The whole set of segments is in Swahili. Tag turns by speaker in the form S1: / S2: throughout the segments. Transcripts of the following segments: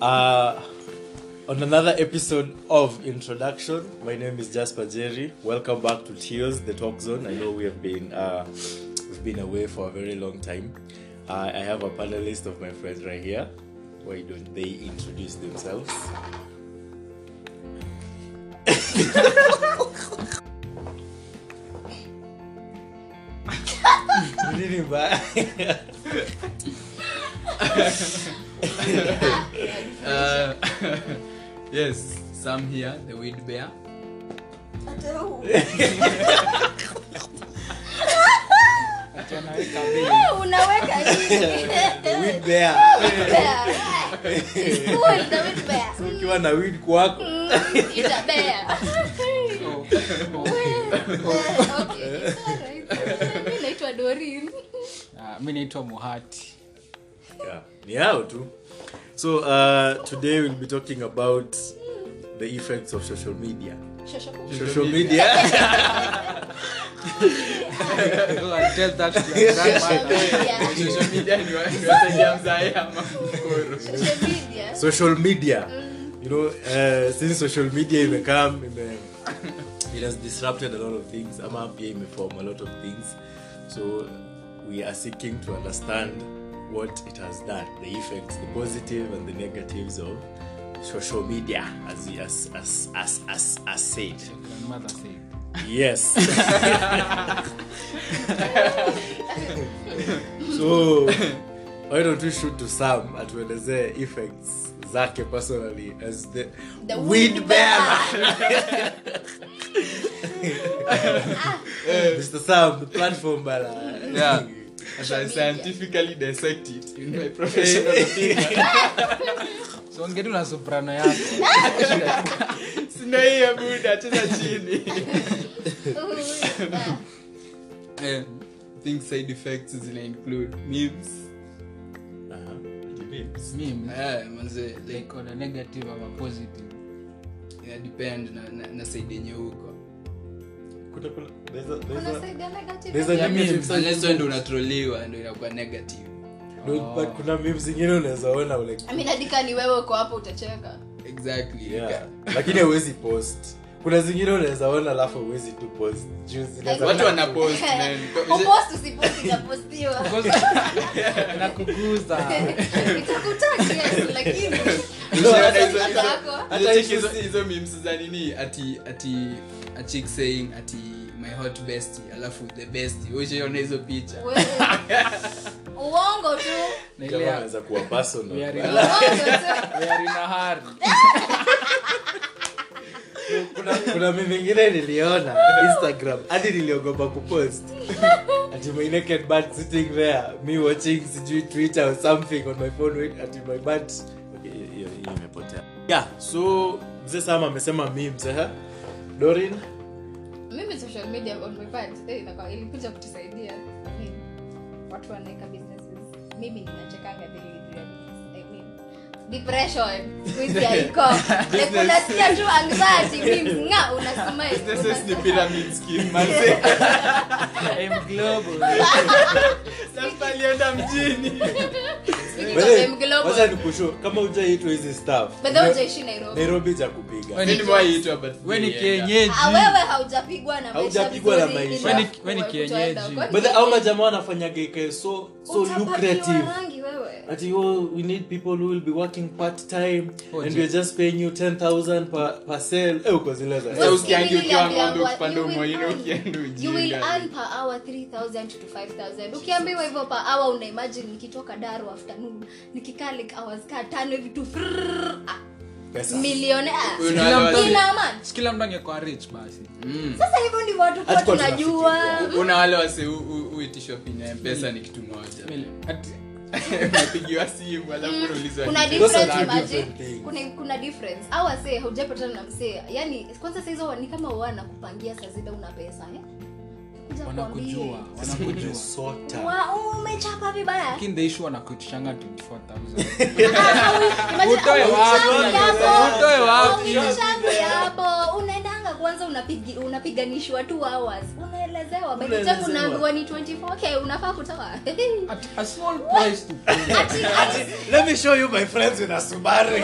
S1: Uh, on another episode of Introduction, my name is Jasper Jerry. Welcome back to Tears, the Talk Zone. I know we have been uh, we've been away for a very long time. Uh, I have a panelist of my friends right here. Why don't they introduce themselves? Nini mbaya?
S2: Uh, yes, Sam here, the weed bear.
S3: unaweka
S1: Weed bear. Ukiwa na weed kwako.
S3: naitwa dorin
S4: Uh, mi naitwa muhati
S1: yeah, yeah too. So uh, today we'll be talking about the effects of social media. Social media.
S4: Go and tell that to your grandmother.
S2: Social media ni wa- ni wasaidia mzae ama mkoro.
S1: social media. You know, uh, since social media imekam, ime, it has disrupted a lot of things. Ama pia imeform a lot of things. So we are seeking to understand what it has done, the effects, the positive and the negatives of social media, as as as as as, as said.
S4: grandmother said
S1: Yes. so why don't we shoot to Sam atuelezee effects zake personally as the,
S3: The
S1: weed
S3: weed
S1: bearer. Mr. Sam, the platform bearer.
S2: Yeah. As I
S3: media.
S2: scientifically dissect it in my professional opinion.
S4: so ungetu na soprano yako
S2: Sina hiyo muda, cheza chini. Eh, think side effects zina include memes.
S1: Uh-huh.
S2: Memes.
S4: mimi
S2: Eh, manze, like,
S4: like on a negative ama positive
S2: ina depend na- na- na side yenye uko.
S1: Kuna- kuna- there's a- there's a- there's a negative side.
S2: Unless wewe ndo unatroliwa ndo inakuwa negative.
S1: No, but kuna memes zingine unaweza ona like
S3: aminadika ni wewe uko hapo utacheka
S2: Exactly.
S1: Yeah. lakini hauwezi post kuna zingine unaweza ona alafu hauwezi tu post Juu zinaweza-
S2: Watu wanapost, man.
S3: upost usipost itapostiwa
S4: Because- nakuguza
S3: itakutaki lakini
S1: Hata hizo-
S2: hizo hizo memes za nini ati ati a chick saying ati my hot best alafu the best ushaiona hizo picha
S3: Wewe. uongo tu
S4: na ile
S1: Jamaa
S4: ya-
S1: anaweza kuwa personal.
S4: we are in-
S3: uongo tu
S4: we are in a hurry.
S1: kuna kuna mimi ingine niliona instagram hadi niliogopa kupost ati my naked bat sitting there me watching sijui twitter or something on my phone wait ati my bat Okay, hiyo- hiyo imepotea yeah so mzee sama amesema memes eh dorin
S3: mimi social media on my part eh, inakuwa- ilikuja kutusaidia I mean, watu wanaweka businesses mimi ninachekanga daily juu ya business. I mean, depression siku hizi haiko. Like, unasikia tu anxiety memes, nga unasmile,
S2: Businesses ni
S3: unasema-
S2: pyramid scheme manze
S4: I'm global.
S2: sasa alienda mjini
S3: Speaking of them global,
S1: wacha nikushow kama hujaitwa hizi stuff
S3: by the way, hujaishi Nairobi.
S1: nairobi cha kupiga
S4: Wewe
S2: mimi nimewaitwa but
S4: we ni
S2: yeah.
S4: kienyeji
S3: Ah, wewe haujapigwa na maisha
S1: Haujapigwa na
S3: vizuri
S1: maisha.
S3: ili
S4: Wewe ni- wewe ni
S3: kutoenda
S4: kienyeji.
S3: huko.
S1: but the- au majamaa wanafanyaga ikae so so
S3: Utapakiwa
S1: lucrative
S3: rangi wewe.
S1: Ati, oh, we need people who will be working part time
S4: Oh,
S1: and
S4: je.
S1: we're just paying you 10000 per, per sale. Eh, uko zile za-
S2: Sasa
S3: Wewe
S2: ukiangi
S3: usikilize
S2: ukiwa
S3: aliambiwa,
S2: ng'ombe ukipanda
S3: you will
S2: umoino
S3: earn-
S2: ukienda
S3: you will earn
S2: ujinga
S3: per hour 3000 to 5000 ukiambiwa hivyo per hour una imagine nikitoka daro afternoon nikikaa like hours kaa tano hivi tu frrrr, ah,
S1: Pesa.
S3: millionaire
S2: Wewe
S4: Kila
S2: unawaza-
S4: mtu-
S3: Kila man.
S4: Si kila mtu angekuwa rich basi
S3: sasa hivyo ndivyo watu kuwa
S1: Hatukuwa
S3: tunajua
S2: una wale wase u- u- uitishwa pin ya mpesa ni kitu moja
S4: Ati-
S2: unapigiwa simu alafu
S3: Mm.
S2: unaulizwa
S3: kuna
S2: kitu.
S1: Those are
S3: difference
S1: two
S3: imagine
S1: different things.
S3: kuna kuna difference au wasee haujapatana na msee yani kwanza saa hizo ni kama wana kupangia saa zile una pesa eh? Kuja
S4: wanakujua
S3: kuambie.
S4: wanakujua
S1: Umesota.
S3: Wa- umechapa vibaya
S4: lakini the issue wanakuitishanga 24000
S3: Imagine
S4: Utoe
S3: au
S4: wapi?
S3: mchange hapo.
S4: Utoe wapi?
S3: Au mchange hapo unaendanga kwanza unapigi- unapiganishwa two hours Una- Kula zewa. By the
S1: Kula
S3: time
S1: zewa.
S3: unaambiwa ni 24k unafaa kutoa.
S4: At a small price to pay.
S3: Ati- ati-
S1: Let me show you my friends with a Subaru.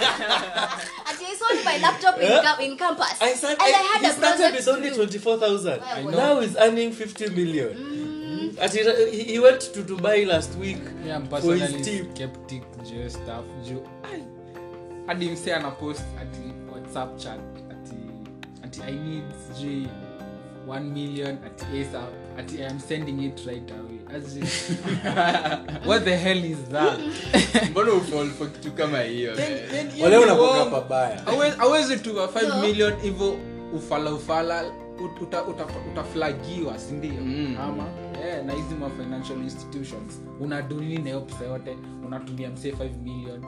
S3: ati I sold my laptop in
S1: Yeah.
S3: camp- in campus.
S1: Eh? I said,
S3: And I had
S1: he
S3: a
S1: started
S3: project
S1: with
S3: to
S1: only
S3: do.
S1: 24,000.
S3: I know.
S1: Now he's earning 50 million. Mm. At he, he- he went to Dubai last week
S4: Me, I'm
S1: for his
S4: personally
S1: team.
S4: skeptic juu ya stuff juu ai, hadi mse anapost ati whatsapp chat ati ati i need sijui 1 million ati asap ati i am sending it right away As in, what the hell is that
S2: mbona ufall for kitu kama hiyo Eh,
S4: Then-
S2: man?
S4: then hiyo
S1: Wale
S4: ni
S1: unakuwa
S4: uongo.
S1: pabaya.
S4: Hawe- hawezi tu wa 5
S3: No.
S4: million hivyo ufala ufala ut- uta- uta- utaflagiwa sindio
S2: Mm.
S4: ama eh, na hizi ma financial institutions unaduni nayo pesa yote unatumia msee 5 million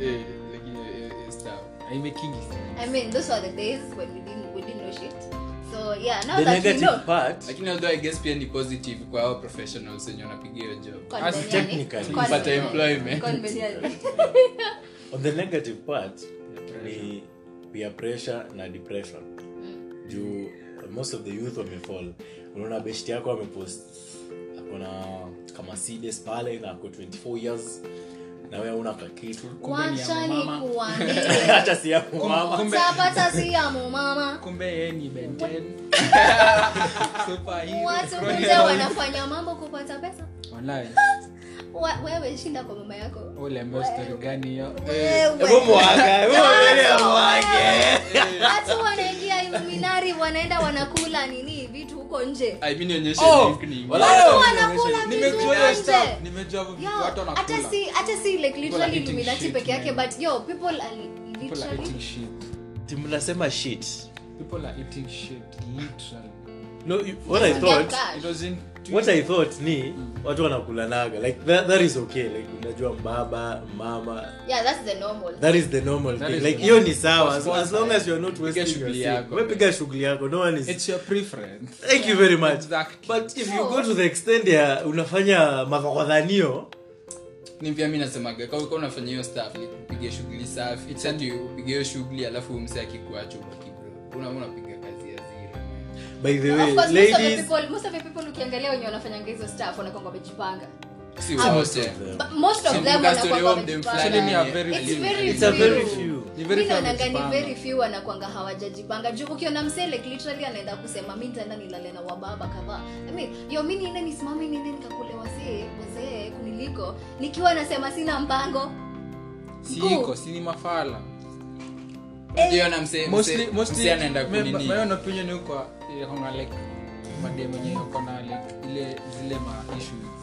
S2: Eh, lakini, eh, eh, sawa.
S4: aimekingi
S3: I mean, those were the days when we didn't we didn't know shit. So yeah, now
S1: The
S3: that we know.
S1: negative part,
S2: lakini although i guess pia ni positive kwa hao professionals wenye wanapigia hiyo job
S3: Conveniently.
S1: technically.
S2: Pata
S3: Conveniently.
S2: employment.
S3: Conveniently.
S1: on the negative part, ni peer pressure na depression. Juu most of the youth wamefall. Unaona beshti yako amepost akona kama CDs pale na ako 24 years na wewe una kakitu.
S3: Wacha
S4: ya mama.
S3: nikuambie.
S1: Hata si yako mama.
S4: Kumbe-
S3: Tapata si ya mumama.
S4: kumbe yeye ni benten
S3: Watu kumbe wanafanya mambo kupata pesa. Wa- Wewe shinda kwa mama yako.
S4: ulembeo stori gani hiyo
S1: Hebu
S3: Wewe.
S1: mwaka, hebu mwaka,
S3: Watu
S1: mwaka.
S3: Watu wanaingia iluminari wanaenda wanakula nini vitu huko nje.
S2: I mean, onyesho
S4: Oh,
S2: ni- ni-
S1: wala-
S3: Watu
S1: Leo,
S3: wanakula vitu
S4: nimejua hiyo
S3: huko
S4: stuff
S3: nje.
S4: nimejua vitu
S3: Yeah, hata
S4: watu wanakula
S3: si hata si like
S2: are
S3: literally
S2: eating
S3: Illuminati
S2: shit,
S3: peke yake
S2: man.
S3: but yo people are
S4: people are eating
S3: literally
S4: shit
S1: mnasema shit
S4: people are eating shit literally
S1: no you- what i thought
S4: it was in
S1: what i thought ni watu wanakulanaga like that, that is okay like unajua mbaba mama
S3: yeah that's the normal
S1: that is the normal
S4: That
S1: thing
S4: is
S1: like
S4: the
S1: hiyo ni sawa as,
S4: course,
S1: as long as you are not wasting your
S2: shughuli
S1: sleep.
S2: yako.
S1: Wewe piga shughuli yako no one is
S4: it's your preference
S1: thank you very much
S4: Exactly.
S1: but if you
S3: No.
S1: go to the extent ya unafanya mavakodhanio
S2: ni pia mi nasemaga kama ukiwa unafanya hiyo staff ni kupiga shughuli safi it's hati upige hiyo shughuli alafu umse akikuacha ubaki bro. Una- unapiga kazi ya zero
S1: by the way
S3: Of course, most of the
S1: ladies
S3: people most of the people ukiangalia wenye wanafanyanga hizo stuff wanakwanga wamejipanga
S2: si
S3: Ah,
S2: wote
S3: But most of
S2: Si
S3: them
S2: mkastory
S3: wanakwanga
S2: wao mdem
S3: wamejipanga.
S2: fulani
S4: Actually, ni a very
S3: It's
S4: few.
S3: very
S1: It's a very
S3: few.
S1: few.
S4: Ni very
S3: Mi
S4: few
S3: naonanga ni
S4: wamejipanga.
S3: very few wanakwanga hawajajipanga juu ukiona msee like literally anaenda kusema mi ntaenda nilale na wababa kadhaa I mean, yo mi niende nisimame niende nikakule wasee wazee kuniliko nikiwa nasema sina mpango
S4: siiko sini mafala Eh,
S2: ndio na mse- mse- mse anaenda kunini
S4: opinion huko eh, kona like madem wenye kona like ile zile ma issues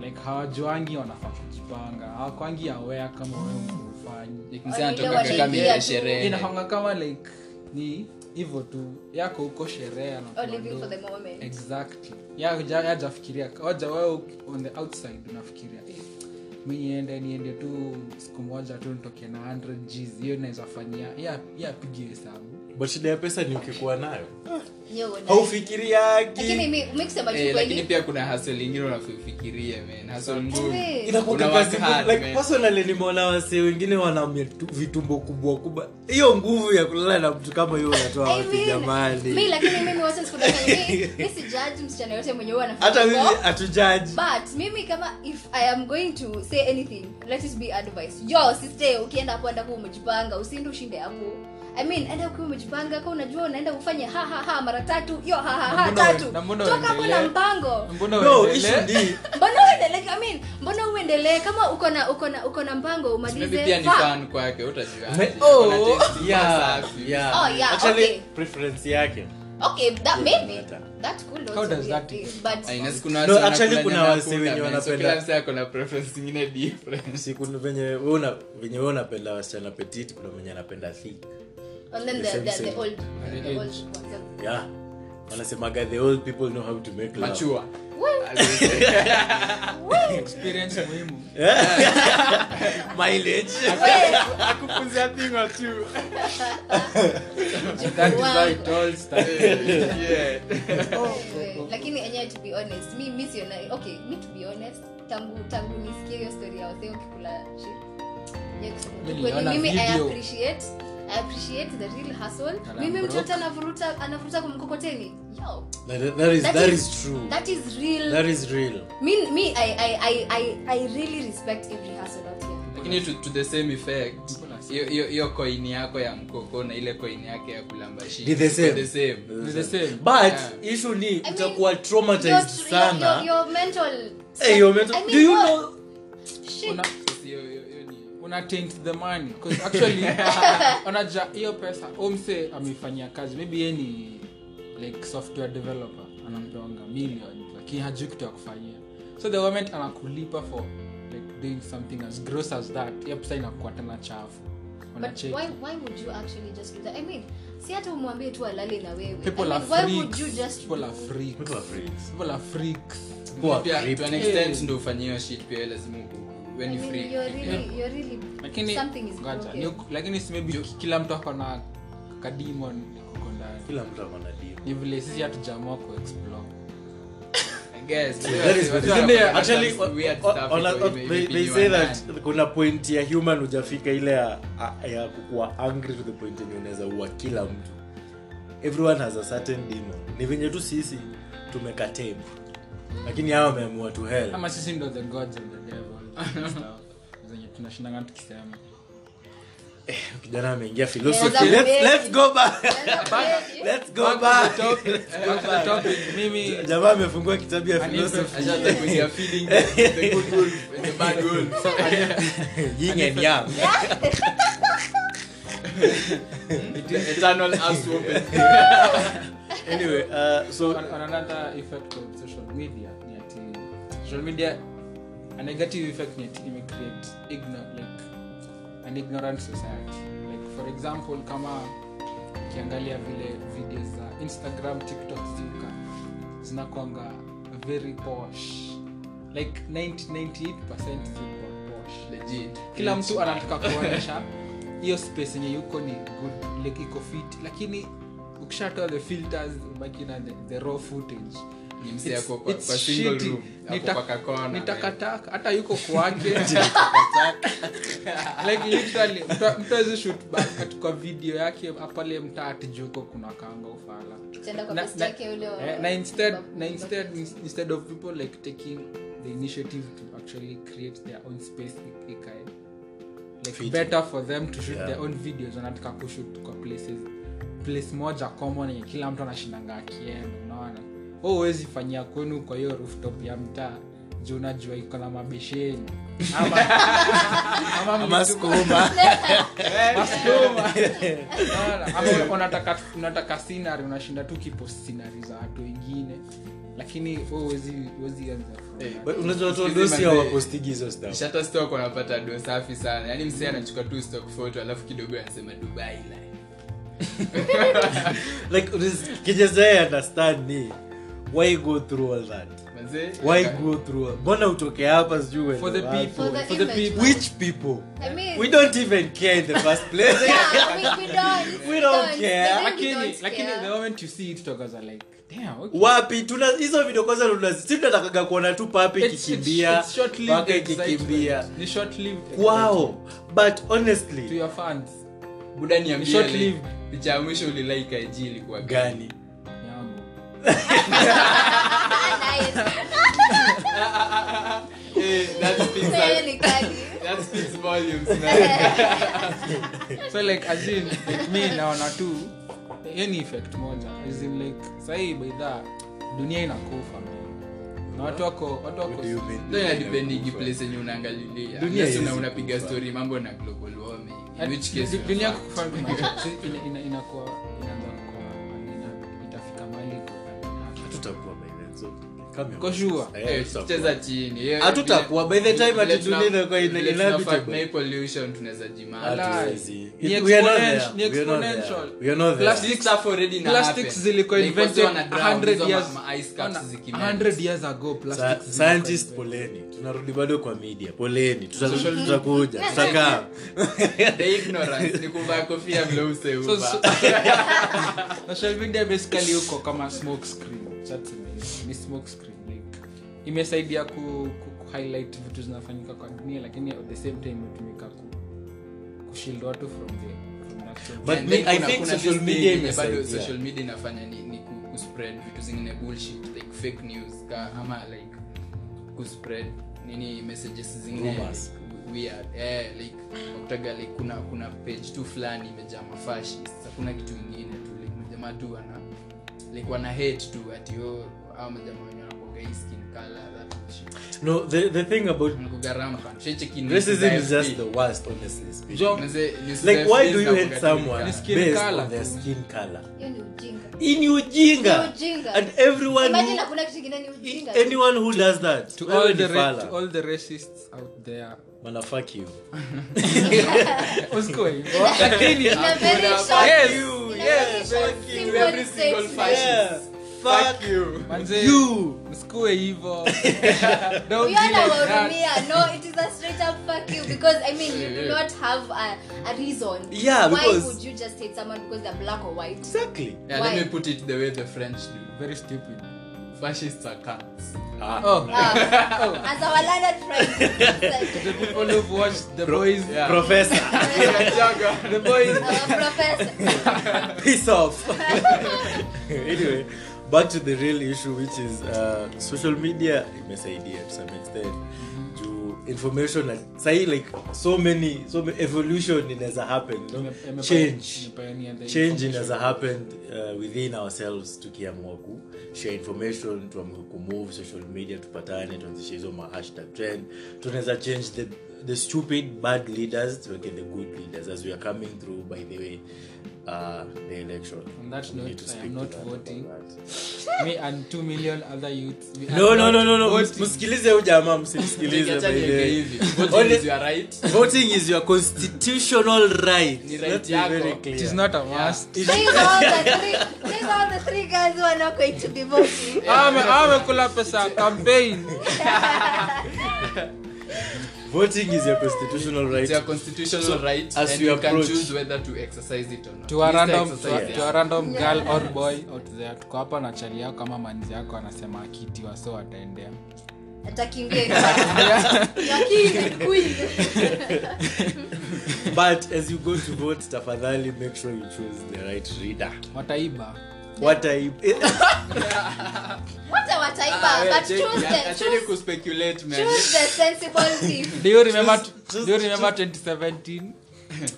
S4: like hawajuangi wanafaa kujipanga hawakwangi aware kama wewe mkufanyi
S2: Like, mse anatoka
S3: Wanaingia
S2: kama ile
S3: tu.
S2: sherehe
S4: inafanga kama like ni hivyo tu yako huko sherehe
S3: Or Oh, living for the moment.
S4: yajafikiria oja wewe on the outside unafikiria "Eh, mi niende niende tu siku moja tu nitoke na 100 gs hiyo inaweza fanyia yapigie hesabu
S1: but shida ya pesa ni ukikuwa nayo
S3: Yo, wana- lakini
S1: haufikiriagi
S3: mi- mi kusema
S2: Eh, lakini
S3: chukweli
S2: pia kuna hasl ingine unafikiria man hasl ngumu
S3: Ati-
S1: inakuwa
S2: Una
S1: kazi
S2: work hard,
S1: ngumu. like
S2: man.
S1: personally nimeona wasee wengine wana mitu- vitumbo kubwa kubwa hiyo nguvu ya kulala na mtu kama hiyo unatoa
S3: I
S1: wapi
S3: mean, mi
S1: jamani
S3: lakini mimi wacha sikudanganye, mi- mi si judge msichana yote mwenye huwa anafanya
S1: hata mimi
S3: hivyo.
S1: hatujaji
S3: but mimi kama if i am going to say anything let it be advice yo sister ukienda hapo enda kuwa umejipanga usiende ushinde hapo i mean enda ukiwa umejipanga ka unajua unaenda kufanya ha ha ha mara tatu yo ha ha ha
S4: Na mbona
S3: tatu
S4: we- na mbona
S3: toka hapo na
S4: uendelee?
S3: mpango
S4: mbona
S1: no
S4: uendelee?
S1: issue ni
S3: mbona uendelee i mean mbona uendelee kama uko na uko na uko na mpango
S2: maybe pia
S3: umalize
S2: ni
S3: fa-
S2: fan kwake utajuaje.
S1: Me-
S2: Kuna
S1: oh,
S2: taste kubwa
S1: yeah,
S2: safi.
S1: yeah.
S3: Oh, yeah,
S1: Actually,
S3: okay.
S1: preference yake
S3: okay that
S1: Yeah,
S3: maybe
S1: matter.
S3: that's cool also
S4: How does
S3: be a
S4: that
S3: thing,
S4: even-
S3: but
S2: Aina, si kuna
S1: No,
S2: wase wanakula
S1: actually kuna
S2: nyama
S1: wase
S2: punda,
S1: wenye
S2: man. So
S1: wanapenda-
S2: kila mse ako na preference ingine different.
S1: siku venye wewe una venye wewe unapenda wasichana petit kuna venye anapenda thick
S3: and then
S1: The
S3: the,
S1: same,
S3: the, the,
S1: same.
S3: old
S4: The
S3: the old
S4: age.
S3: ones.
S1: yeah wanasemaga the old people know how to make love
S2: Mature.
S3: Well,
S4: experience muhimu
S1: mileage
S2: Akufunzia thing or two.
S4: that is why
S3: wangu.
S4: it all started
S2: Yeah.
S3: Anyway, Oh, lakini enyewe to be honest mi mi siona okay mi to be honest tangu tangu nisikie hiyo story ya wasee wakikula shit, enyewe kusema tu
S4: Mimi
S3: kweli,
S4: niliona
S3: mimi i
S4: video.
S3: appreciate i appreciate the real hustle
S2: I'm
S3: mimi
S2: broke.
S3: mtoto anavuruta anavuruta kwa mkokoteni yo
S1: That, that is
S3: That
S1: that, that
S3: is-
S1: is, true.
S3: that is real
S1: that is real.
S3: me, me I, I, I, I, I really respect every hustle out here
S2: lakini to, to the same effect
S4: People are
S2: hiyo- hiyo hiyo koini yako ya mkoko na ile koini yake ya kulambashi
S1: Ni the same.
S2: the same
S4: Ni the same.
S1: But
S2: Yeah.
S1: issue ni
S3: mean,
S1: utakuwa
S3: your,
S1: traumatized
S3: your,
S1: sana.
S3: your, your mental
S1: Hey, your mental,
S3: I mean,
S1: do you
S3: what-
S1: know?
S3: shit.
S4: Una-
S2: Hiyo- hiyo- hiyo ni-
S4: una taint the money 'Cause actually unaja hiyo pesa omse ameifanyia kazi maybe ye ni like software developer anamdonga million lakini hajui kitu ya kufanyia so the moment anakulipa for like doing something as gross as that hiyo pesa inakuwa tena chafu
S3: But
S4: Unacheki.
S3: why, why would you actually just do that? I mean, si hata umwambie tu alale na wewe. I
S4: people
S3: mean,
S4: are
S3: why would
S4: freaks.
S3: you just
S4: people are
S1: People
S4: freaks
S1: are freaks.
S4: people are freaks
S1: People are
S2: pia to an
S1: creepy.
S2: extent ndo ufanyie hiyo shit pia lazima uku-
S3: I
S2: when you
S3: mean,
S2: free
S3: you're really, you're really,
S4: lakini
S3: something is
S4: ngoja,
S3: broken.
S4: ni- lakini si maybe kila mtu ako na kadimon kuko ndani
S1: Kila mtu ako na deal.
S4: ni vile sisi hatujaamua kuexplore
S2: I guess.
S1: That is
S2: Watu
S1: very-
S2: wanafanya
S1: Isn't there-
S2: some
S1: actually, uh,
S2: weird
S1: o- o-
S2: stuff
S1: ona-
S2: iko
S1: o-
S2: ime-
S1: they- they
S2: imepiniwa
S1: say
S2: ndani.
S1: that kuna point ya human hujafika ile ya, ya kukuwa angry to the point yenye unaweza ua kila mtu everyone has a certain demon ni venye tu sisi tumekatebu lakini hawa wameamua tu hell
S4: ama sisi ndo the gods of the devil zenye tunashindanga tukisema
S1: kijana ameingia philosophy
S3: Yeah,
S1: let's, let's
S3: that's
S1: go back
S3: Unaweza
S1: let's go back
S4: Back to the topic, mimi
S1: jamaa amefungua kitabu ya
S4: Anipe-
S1: philosophy
S2: Acha the good you're feeling, the good wolf and the bad wolf.
S1: yin and yang
S2: The eternal asswoman.
S1: anyway uh, so
S4: on, on another effect of social media ni ati social media a negative effect ni ati imecreate igno- like an ignorant society like for example kama ukiangalia vile video za instagram tiktok zika zinakwanga very posh like 90, 98% ziko posh
S2: Legit.
S4: kila mtu anataka kuonyesha hiyo space yenye yuko ni good like iko fit lakini ukishatoa the filters baki na the, the raw footage
S2: Ni msee
S4: It's-
S2: ako kwa-
S4: it's
S2: kwa single
S4: shitty.
S2: room, ako
S4: Ni ta-
S2: kwa kakona,
S4: ni
S2: man.
S4: takataka hata yuko kwake like literally mtu- mtu hawezi shoot back at kwa video yake pale mtaa tijuko kuna kanga ufala
S3: Ukienda kwa
S4: Na-
S3: best
S4: na-
S3: yake ule wa-
S4: eh, na instead na
S3: wa-
S4: instead instead of people like taking the initiative to actually create their own space ik- ikae like
S1: Fitting.
S4: better for them to shoot
S1: Yeah.
S4: their own videos wanataka kushoot kwa places place moja common yenye kila mtu anashindanga akienda unaona wewe huwezi fanyia kwenu kwa hiyo rooftop ya mtaa juu unajua iko na mabesheni ama ama
S1: ama
S4: mtu-
S1: sukuma
S4: Masoma. Unaona? Ama unataka unataka scenery unashinda tu kipo scenery za watu wengine lakini wewe huwezi huwezi anza from
S2: Eh,
S4: that.
S1: But unajua watu wa
S2: Hizi
S1: dosi
S2: manze-
S1: hawapostigi hizo stuff
S2: Shata stock wanapata do safi sana yaani msee anachukua tu stock photo alafu kidogo anasema dubai like.
S1: like kijezae understand ni why go through all that
S2: Manze,
S1: why
S2: aka-
S1: go through all- mbona utoke hapa sijui uende
S4: for the
S1: wapi?
S4: people
S3: For the
S4: for the
S3: image.
S4: people
S1: which people
S3: I mean-
S1: we don't even care in the first place
S3: Yeah, we- we don't-
S1: We don't
S3: we
S1: care.
S3: Maybe we
S4: lakini
S3: don't
S4: lakini
S3: care.
S4: the moment you see it talkers are like damn okay
S1: wapi tuna hizo video kwanza tuna- si tunatakaga kuona tu papi
S4: It's- it's-
S1: ikikimbia
S4: it's short-lived
S1: paka
S4: excitement.
S1: ikikimbia
S4: Ni short-lived
S1: kwao but
S4: excitement to
S1: honestly
S4: your fans
S2: buda niambie,
S4: Short
S2: like,
S4: lived.
S2: picha ya mwisho ulilike IG ilikuwa gani?
S1: gani
S4: yangu
S3: Ah, nice.
S2: Eh, that speaks-
S3: Sasa ni kali.
S2: that speaks volumes, man.
S4: so like as in like me naona tu hiyo ni effect moja as in like sahii baidha dunia inakufa man. na watu wako watu wako
S1: What do you mean?
S2: Ndio inadependigi place yenye
S1: Dunia
S2: unaangalilia Unless una-
S1: haiwezi
S2: unapiga
S1: kufa.
S2: story mambo na global warming in
S4: At-
S2: which case
S4: du- dunia
S2: unafaa.
S4: kukufa ina- ina- inakuwa inaanza kuwa ina- itafika mahali
S1: hatutakuwa by then, so come here.
S4: Kwa sure.
S1: Eh,
S2: Eh,
S1: hatutakuwa.
S2: cheza chini Eh,
S1: Hatutakuwa, by the
S2: vile-
S1: time ati
S2: vile tuna-
S1: dunia inakuwa
S2: vile
S1: inhabitable.
S2: tunafanya hii pollution tunaweza jimana.
S1: Hatu-
S2: This stuff already ina happen.
S4: zilikuwa
S2: Like, watu
S4: invented
S2: wana drown,
S4: 100
S2: hizo
S4: years-
S2: ma- ma- ice cups
S4: ona,
S2: zikimelt.
S4: 100 years ago
S1: Sa-
S4: plastics zilikuwa
S1: scientist
S4: invented.
S1: poleni tunarudi bado kwa media poleni Tuta- tutakuja tutakaa
S2: The ignorance ni kuvaa kofia vile useuvaa.
S4: So- so- social media basically huko kama smoke screen That's amazing. ni smoke screen like imesaidia ku, ku, ku highlight vitu zinafanyika kwa dunia lakini at the same time imetumika ku, ku shield watu from the from
S1: But
S2: And
S1: me-
S2: then
S1: I
S2: kuna-
S1: think
S2: kuna
S1: social
S2: this
S1: media
S2: thing
S1: imesaidia.
S2: bado social media inafanya ni, ni ku- kuspread vitu zingine bullshit like fake news ka, ama like kuspread nini messages zingine
S1: Rumors.
S2: like, weird eh, like wakutaga like kuna kuna page tu fulani imejaa mafashi sasa kuna kitu ingine tu like majamaa tu ana like wana hate tu ati oh hao majamaa wenye wanakuwaga hii skin color that bullshit
S1: no the, the thing about
S2: wanakuwaga rampant shecheki
S1: racism is just the worst honestly speaking
S4: Jo-
S1: like why do you hate someone
S4: Ni skin
S1: based
S4: colour
S1: on their
S4: tu.
S1: skin color
S3: hiyo ni ujinga
S1: in ujinga
S3: Ni ujinga.
S1: and everyone
S3: imagine
S1: who,
S3: hakuna kitu kingine ni ujinga tu.
S1: anyone who does that
S4: to
S1: wewe
S4: all
S1: ni
S4: the ra-
S1: fala.
S4: to all the racists out there
S1: Bana, fuck you
S4: what's going on Lakini-
S3: In a very
S2: Hakuna-
S3: short-
S4: Yes,
S3: in a
S1: yes,
S3: very
S1: fuck
S3: short,
S1: you,
S3: simple
S2: every single
S3: statement.
S2: fashion.
S1: yeah fuck
S2: fuck you
S4: manze,
S1: you
S4: msikue hivo
S3: We are not Oromia. No, it is a straight up fuck you because I mean you do
S2: Yeah.
S3: not have a, a reason.
S1: Yeah,
S3: why
S1: because-
S3: would you just hate someone because they're black or white?
S1: exactly
S2: Yeah,
S3: Why?
S2: let me put it the way the French do.
S4: very stupid
S2: Fascists are cunts.
S1: Ah.
S4: oh
S3: Uh, as our learned friend,
S4: the people who've watched the boys
S2: Yeah.
S1: professor
S4: the boys
S3: our professor.
S1: piss off anyway back to the real issue which is uh, social media imesaidia to some extent
S4: Mm-hmm.
S1: juu information and- sahi like so many so many evolution inaweza happen you know?
S4: Ime- ime-
S1: change
S4: imepioneer the
S1: change
S4: information.
S1: inaweza happen uh, within ourselves tukiamua ku share information tuamua kumove social media tupatane tuanzishe hizo mahashtag trend tunaweza change the the stupid bad leaders tuweke the good leaders as we are coming through by the way uh, the election
S4: On that
S1: We need to
S4: note, I
S1: speak to
S4: am not
S1: that
S4: voting.
S1: about that.
S4: me and 2 million other youths we
S1: no
S4: are
S1: no no
S4: not
S1: no no
S4: voting.
S1: msikilize huyu jamaa msimsikilize by
S2: Acha
S1: the
S2: niweke
S1: way.
S2: hivi. Voting is
S1: Only-
S2: your right.
S1: voting is your constitutional right
S2: Ni right
S1: Let's be
S2: yako.
S1: very
S2: It
S1: clear.
S4: it is not a must
S3: These are all the three. These are all the three guys who are not going to be voting.
S4: Ame- amekula ah, pesa ya campaign
S1: voting is your constitutional right
S2: It's your constitutional
S1: So,
S2: right
S1: as
S2: and
S1: you
S2: you
S1: approach-
S2: can choose whether to exercise it or not.
S4: to a
S2: Mr.
S4: random, to
S2: Exercise
S4: a,
S2: it.
S4: to a random girl or boy out there tuko hapa na chali yao kama manzi yako anasema akitiwa so ataendea
S3: Atakimbia. Lakini queen.
S1: but as you go to vote tafadhali make sure you choose the right reader
S4: wataiba
S1: what i Eh,
S3: What a wataiba,
S2: Ah,
S3: but
S2: wait, check.
S3: choose
S2: Yeah,
S3: the
S2: acheni
S3: choose,
S2: kuspeculate, man.
S3: choose the sensible thing.
S4: do you remember,
S1: just-
S4: do you remember 2017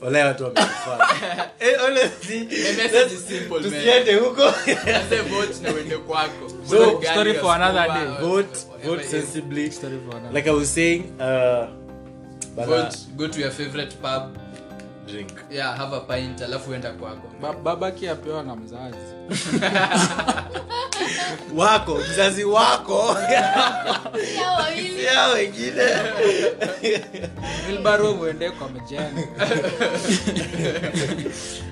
S1: wala watu wamekufa Eh, honestly
S2: The message is
S1: let's-
S2: simple, man.
S1: tusiende huko
S2: Sasa vote na uende kwako.
S1: So,
S2: Vote gani
S4: story for another
S2: utasoma,
S4: day.
S2: or
S1: vote vote
S2: whatever it is.
S1: sensibly
S4: Story for another-
S1: like i was saying uh bana
S2: Vote, go to your favorite pub.
S1: drink
S2: Yeah, have a pint, alafu enda kwako.
S4: ba- babaki apewa na mzazi
S1: wako mzazi wako
S3: Hao wawili.
S1: ya wengine
S4: wilbaro mwende kwa mjengo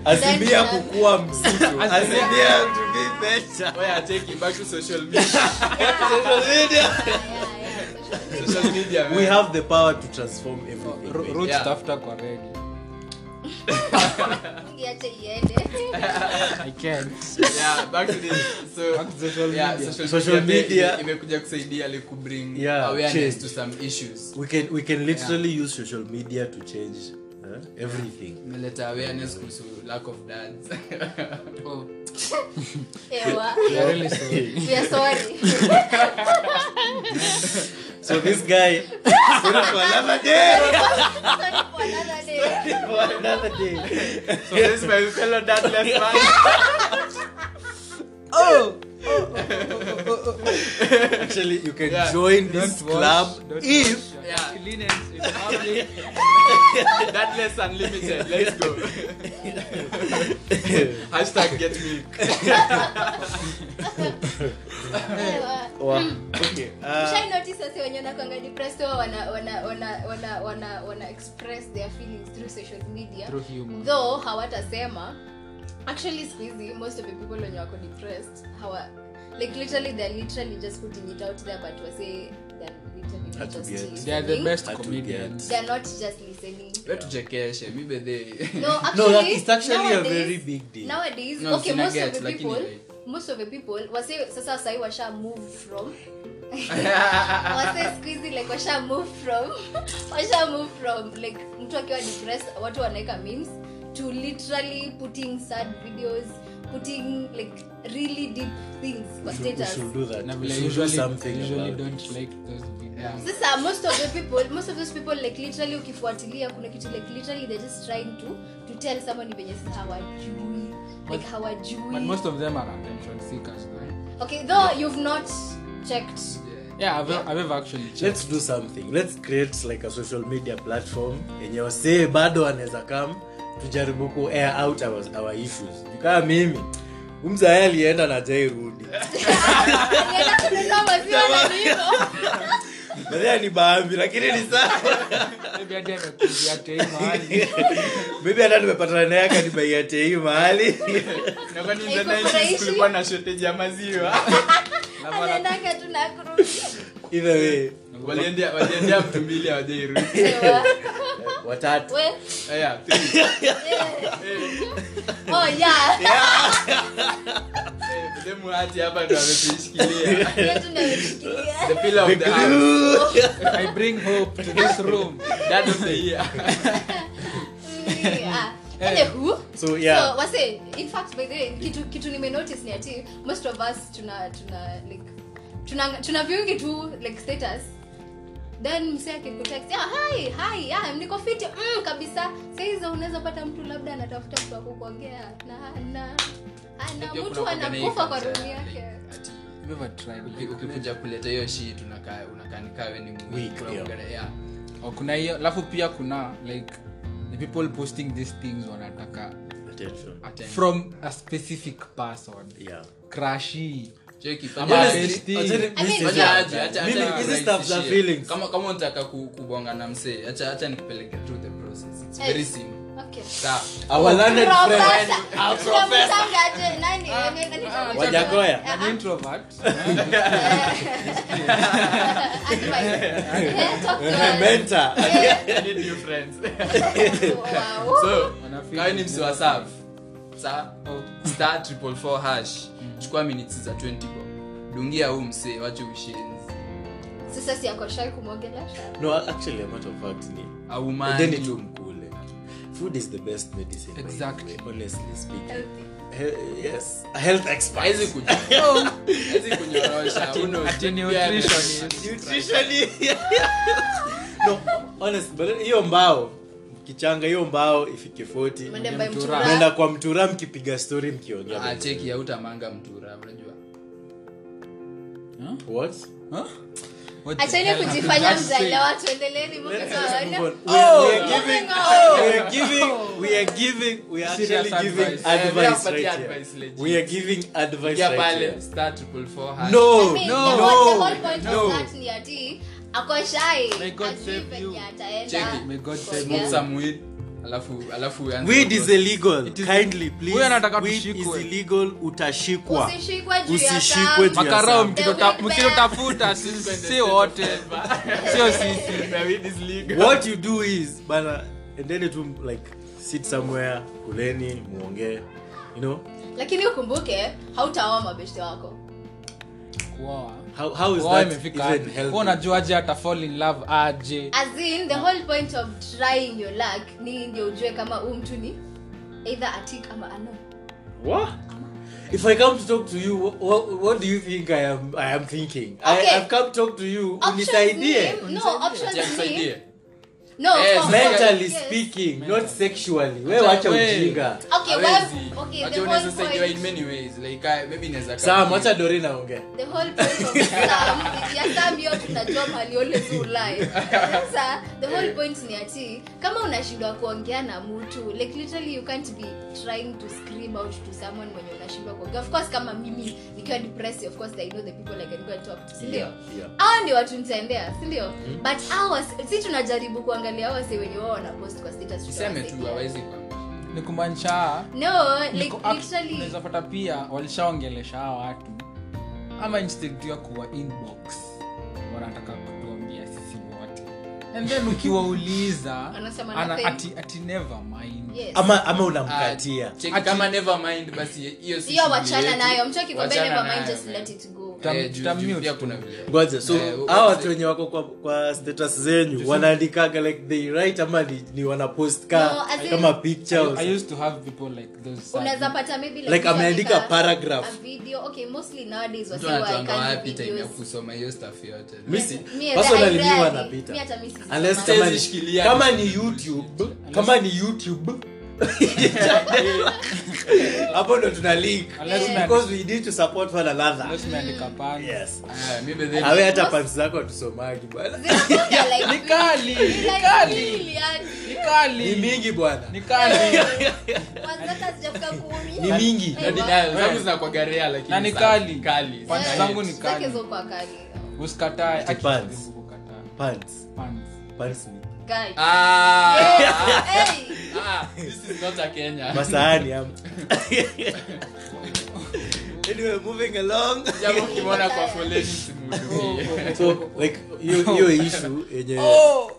S1: asilimia
S3: Then, uh,
S1: kukua mzito asilimia to be better
S2: Oya, take it back to social media.
S3: Yeah, yeah, social media.
S2: Social media, man.
S1: we have the power to transform everything
S4: Ru-
S1: baby.
S4: Roots
S2: Yeah.
S4: tafuta kwa redi
S3: Iache iende.
S4: i can't
S2: yeah, back to this. So,
S4: Back to social
S2: yeah,
S4: media.
S2: social,
S1: Social
S2: media,
S1: media.
S2: ime- imekuja kusaidia like kubring
S1: Yeah,
S2: awareness
S1: change.
S2: to some issues.
S1: we can we can literally use social media to change uh, everything
S2: Imeleta awareness kuhusu lack of dads.
S4: oh,
S3: Ewa.
S4: we are really sorry.
S3: We are sorry.
S1: so this guy sorry for another day
S3: Sorry for another day.
S1: for another day
S2: so this is my fellow dadless man.
S1: actually you can
S2: Yeah.
S1: join this
S4: Don't watch,
S1: club
S4: don't
S1: if
S4: watch.
S2: Yeah.
S4: Inconvenience is public.
S2: dadless unlimited. Let's go. Hashtag get milk.
S3: Ewa.
S1: Wow. okay uh,
S3: Shai notice wasi wenye wanakuanga depressed huwa wana wana wana wana wana wana express their feelings through social media.
S4: Through humor.
S3: Though hawatasema actually siku hizi most of the people wenye wako depressed hawa like literally they're literally just putting it out there but wase they're literally not just
S1: Hatuget.
S4: they are the
S3: listening.
S4: best
S1: Hatu
S4: comedians
S3: They're not just listening.
S2: Tuchekeshe, mi bedhe.
S3: No,
S1: no
S3: actually,
S1: that is actually a
S3: nowadays,
S1: very big deal
S3: nowadays
S2: No,
S3: okay most
S2: sinaget,
S3: of the
S2: lakini
S3: people
S2: like-
S3: most of the people wase sasa sahi washa move from wase squeezy like washa move from washa move from like mtu akiwa depressed watu wanaeka memes to literally putting sad videos putting like really deep things for
S1: We should, we
S3: status
S1: should do that.
S4: na
S1: We
S4: vile
S1: should do
S4: usually,
S1: something
S4: usually
S1: about it.
S4: don't like those videos
S3: sasa most of the people most of those people like literally ukifuatilia kuna kitu like literally they're just trying to to tell someone venye sasa hawajui
S4: But-
S3: like hawajui
S4: but most of them are attention seekers though
S3: okay though you've not checked
S4: yeah i've, I've ever actually checked
S1: let's do something let's create like a social media platform yenye wasee bado wanaweza kam tujaribu ku air out our, our issues kaa mimi umzae alienda na jairudi
S3: Anaenda kununua maziwa na nini?
S1: nadhia ni baambi lakini ni sawa
S4: Maybe hadi amekujia tu hii mahali.
S1: mimi hata nimepatana naye akanibaiate hii mahali
S2: Na kwani
S3: Haiko
S2: Zana issues
S3: furahishi?
S2: kulikuwa na shortage ya maziwa
S3: Anaendanga tu na kurudi.
S1: either way
S2: Waliendea- waliendea mtu mbili hawajairudi
S3: Sawa.
S1: watatu
S3: We,
S2: Aya, three.
S3: eh,
S2: Eh,
S3: oh, yeah.
S2: eh, demu hati hapa ndo ametuishikilia.
S3: Hiyo tu ndio imeshikilia.
S2: The pillar of the house.
S4: i bring hope to this room
S2: Dad of the year.
S3: Yeah. Anywho,
S1: Eh. So, yeah.
S3: so, wase, in fact, by the way, kitu, kitu nimenotice ni ati most of us tuna tuna like tuna tuna viungi tu like status then msee akikutext yeah, hi hi yeah, niko fit mm, kabisa sahizo unaweza pata mtu labda anatafuta mtu akukuongea na ana ana
S2: Pia
S3: mtu
S2: kuna
S3: anakufa kwa
S2: kuja na
S3: room
S2: hii
S3: yake
S2: culture, ati
S4: I've ever tried
S2: uki- ukikuja kuleta hiyo shit unakaa- unakanikawe ni mwizi,
S1: Weak,
S2: kuna
S1: yeah.
S2: mgara- yeah.
S4: Oh, kuna hiyo alafu pia kuna like the people posting these things wanataka
S1: Attention.
S4: from a specific person
S1: Yeah.
S4: crashi
S2: Cheki,
S4: Ama
S2: kama-
S4: best thing.
S1: Acheni-
S3: I mean,
S1: mimi-
S2: Wacha aje, Yaani, acha-
S1: mimi-
S2: acha
S1: hizi stuff za
S2: nirahisishie.
S1: feelings.
S2: Kama- kama unataka ku- kubonga na msee acha acha nikupeleke through the process It's very
S3: Eh.
S2: simple.
S3: Okay.
S2: Sawa.
S1: Our learned friend.
S3: Professor. Tunamtangaje, nani? Nani- nani- nani-
S1: Wanyagoya.
S3: Ah, ah.
S4: introvert
S3: Advice. Talk to us.
S1: Mentor.
S2: I need new friends.
S3: Wow.
S2: So,
S4: Wanafeel
S2: kawe ni msee wa serve. Sawa?
S4: Oh.
S2: Star 444 hash. chukua minutes za 20 bomb. dungia huu msee wache ushenzi
S3: Sasa si ako shy kumwongelesha.
S1: No, actually, a matter of fact, ni- udeni
S2: aumani
S1: tu mkule food is the best medicine by the
S4: Exactly.
S1: way, honestly speaking
S3: Healthy.
S1: He- yes a health expert
S2: hawezi kunyo- hawezi kunyorosha who
S1: Oh,
S2: knows,
S4: ati ni
S2: maybe
S4: nutritionist.
S1: Nutritionally. no honest but hiyo mbao kichanga hiyo mbao ifike 40
S3: Mwende by
S4: Mtura.
S3: Mtura.
S1: Mnaenda kwa mtura mkipiga story mkiongea
S2: Ah, cheki autamanga mtura unajua
S1: what
S4: Huh? What the
S3: acheni
S4: hell?
S3: kujifanya
S4: That's it.
S3: mzaliwa tuendeleeni
S1: Let's
S3: mkitoa
S1: move on.
S3: wale.
S1: We are- we are
S3: moving
S1: giving-
S3: Oh, on.
S1: we are giving- we are giving- we are
S4: Serious
S1: actually giving
S4: advice.
S2: Eh, we are
S1: advice
S2: party
S1: right
S2: advice
S1: here.
S2: legit.
S1: We are giving advice
S2: Ingia
S1: right
S2: pale
S1: here.
S2: star 444 hash.
S1: No,
S3: I mean,
S1: no,
S3: the whole- the whole
S1: no,
S3: point of
S1: no.
S3: that ni ati, ako shy,
S4: May God
S3: hajui
S4: save
S3: venye
S4: you.
S3: ataenda
S2: Cheki,
S4: may God save
S3: kuongea.
S4: you.
S2: Smoke some weed, alafu alafu uanze
S1: weed is
S2: kuongea.
S1: illegal kindly please
S4: Huyo anataka
S1: Weed is
S4: tushikwe.
S1: illegal utashikwa
S3: Usishikwe juu ya
S1: usishikwe
S3: tamu.
S1: juu ya
S4: makarao
S1: samu.
S4: mkitota- mkitotafuta si- si wote sio sisi
S2: My weed is legal.
S1: what you do is bana endeni tu like sit somewhere kuleni muongee you know
S3: lakini ukumbuke hautaoa mabeshte wako
S4: Kuoa.
S1: how, how is
S4: Kuoa
S1: that
S4: imefika
S1: even
S4: wapi? Kuwa
S1: healthy
S4: unajuaje hata fall in love aje
S3: as in the whole point of trying your luck ni ndio ujue kama huu mtu ni either atik ama ano
S1: what if i come to talk to you what, what do you think i am i am thinking
S3: Okay.
S1: I, i've come talk to you unisaidie
S3: Options ni- no options ni
S2: Jakusaidie.
S3: no
S2: Yes,
S3: for-
S1: mentally
S3: yes.
S1: speaking
S4: Mental.
S1: not sexually we wacha
S4: we.
S1: ujinga
S3: okay
S2: Hawezi.
S3: well okay
S2: Hata
S3: the
S2: unaweza
S3: whole
S2: saidiwa in
S3: point
S2: many ways. Like, I- maybe inaweza
S1: sam
S2: kama-
S1: wacha dori naongea
S3: the whole point of Sam, ya Sam hiyo tunajua mahali always ulai. Sasa the whole point ni ati kama unashindwa kuongea na mtu like literally you can't be trying to scream out to someone mwenye unashindwa kuongea. Of course kama mimi nikiwa depressed of course I know the people I can go and talk to. Si ndio?
S1: Yeah, yeah.
S3: Hao ndio watu nitaendea, si ndio?
S2: Mm-hmm.
S3: But hao si tunajaribu kuangalia hao wase wenye wao wanapost kwa status.
S2: Useme tu
S3: tutawasaidia.
S2: hawezi kuamini.
S4: ni kumaanisha
S3: No, like
S4: Niko- act-
S3: literally
S4: unaweza pata pia walishaongelesha hawa watu ama instead ya kuwa inbox wanataka kutuambia sisi wote and then ukiwauliza
S3: Anasema
S4: ana-
S3: nothing.
S4: ati, ati never mind
S3: yes.
S1: ama ama
S2: Ah,
S1: unamkatia
S2: cheki,
S4: Ati-
S2: kama never mind, basi hiyo si
S3: hiyo
S2: shughuli
S3: wachana
S2: yetu.
S3: nayo mchoki
S2: Wachana nayo, man.
S3: just let it go
S4: Tam-
S2: Eh, juu-
S4: tam
S2: juu
S4: mute
S2: pia
S4: tu.
S2: kuna vile
S1: ngoja so
S2: Eh,
S1: hawa
S2: what's
S1: watu
S2: it?
S1: wenye wako kwa, kwa status zenyu wanaandikaga like they write ama ni, ni wanapost
S3: No,
S1: ka
S3: as in-
S1: kama picture or
S4: I, I used to have people like those uh,
S3: unaweza pata maybe
S1: Like
S3: mtu
S1: ameandika
S3: ameandika
S1: paragraph.
S3: a video okay mostly nowadays
S2: mtu
S3: wasi wa
S2: anatoanga wapi
S3: iconic
S2: time ya
S3: videos
S2: kusoma hiyo stuff yote
S1: Mi si-
S3: Mi-
S1: personally
S3: I
S1: mi
S3: rarely-
S1: wanapita.
S3: mi hata mi sisi
S1: Unless
S3: soma.
S1: kama ni-
S2: Siwezi shikilia.
S1: kama ni youtube kama ni youtube hapo ndo tuna link
S4: Unless
S3: Yeah.
S1: because we need to support one another
S4: unless
S3: Mm.
S4: umeandika pants.
S1: yes
S2: Ah, mi bedheni-
S1: awe hata pants zako hatusomagi bwana
S3: Zinakuja like-
S4: Ni kali,
S3: like
S4: ni kali,
S3: really, yani.
S1: ni
S4: ni kali,
S1: mingi bwana
S4: ni kali.
S3: Kwanza hata sijafika kumi. eh,
S1: ni mingi
S2: Hadi nayo, zangu zinakuwaga rare, lakini
S4: Na ni
S2: za-
S4: kali.
S2: kali, Eh.
S4: Pants
S2: sana.
S4: zangu ni
S3: Zake
S4: kali.
S3: zokuwa kali.
S4: Usikatae,
S1: Ati
S4: aki
S1: pants.
S4: jaribu kukataa.
S1: pants
S4: Pants.
S1: pants ni
S3: Guy. Eh,
S2: Ah,
S3: Hey,
S2: ah, this is not a Kenya.
S1: masahani ama anyway moving along
S2: Jamaa ukimwona kwa foleni simhudumie.
S1: so like hiyo hiyo issue yenye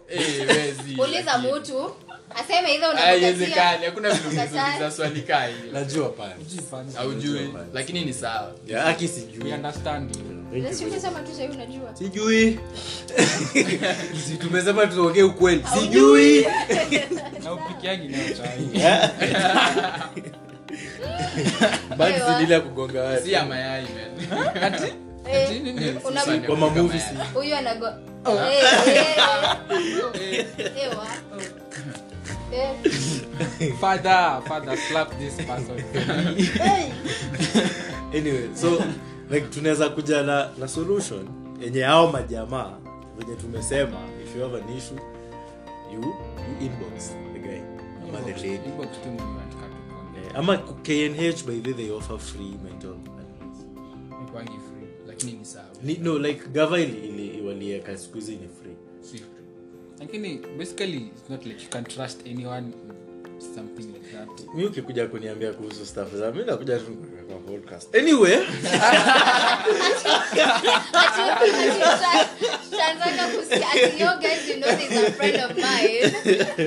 S2: Eh, wezi.
S3: uliza mutu aseme hizo
S2: Ah, haiwezekani, hakuna vile unazungumza swali kaa hilo.
S1: najua pants
S4: Sijui pants.
S2: haujui lakini ni sawa
S1: ya aki
S4: We
S1: sijui
S4: understand.
S1: Thank you.
S3: unajua
S1: sijui Si tumesema tuongee ukweli sijui
S4: Na upikiagi nayo chai.
S1: Basi zilila kugonga
S2: si
S1: watu
S2: ya mayai man.
S3: Eh,
S4: Ati nini?
S3: una-
S2: Sasa ni
S1: Kwa
S2: kama
S1: mamuvi
S2: mayai.
S3: huyu anago Eh, eh, ewa. Eh,
S4: Father, father, slap this person.
S3: eh.
S1: anyway so like tunaweza kuja na, na solution yenye hao majamaa venye tumesema if you have an issue you, you inbox the guy ama the lady
S4: Inbox tu mimi nataka tukuone.
S1: Eh, ama ku- knh by the way, they offer free mental health.
S4: Ni kwangi free.
S2: lakini ni sawa
S1: Ni, no like gava ili- ili- walieka siku hizi ni free
S4: Si free. Lakini basically it's not like you can trust anyone with something like that.
S1: mi ukikuja kuniambia kuhusu staff za mi nakuja tu kwa podcast anyway
S3: Ati- ati sha- shanzaka kusikia, ati, yo guys, you know there's a friend of mine.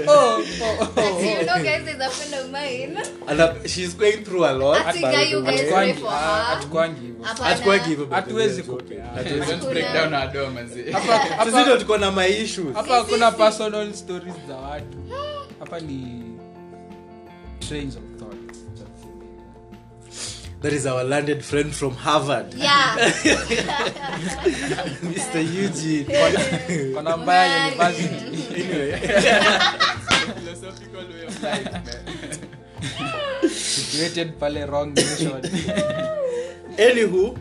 S3: Oh,
S4: Oh,
S3: Ati, you know guys, there's a friend of mine.
S1: ana, she's going through a lot
S3: Ati
S1: by
S3: guy,
S1: the
S3: you
S1: way.
S3: guys pray
S4: Hatukwangi-
S3: for
S4: ah,
S3: her.
S4: hatukwangi hivyo.
S3: Hapana.
S1: Hatukuwagi hivyo by the way,
S4: Hatuwezi
S1: zote.
S4: kupea.
S1: Hatuwezi-
S2: Don't
S3: Hakuna.
S2: break down our door, manze.
S4: Hapa- hapa-
S1: sisi ndo tuko na maishu
S4: hapa hakuna personal stories za watu hapa ni trains of thought
S1: that is our landed friend from harvard
S3: Yeah.
S1: mr eugene
S4: kwa namba ya
S3: Mbali.
S4: university
S2: Philosophical way of life, man.
S4: situated pale wrong nation
S1: anywho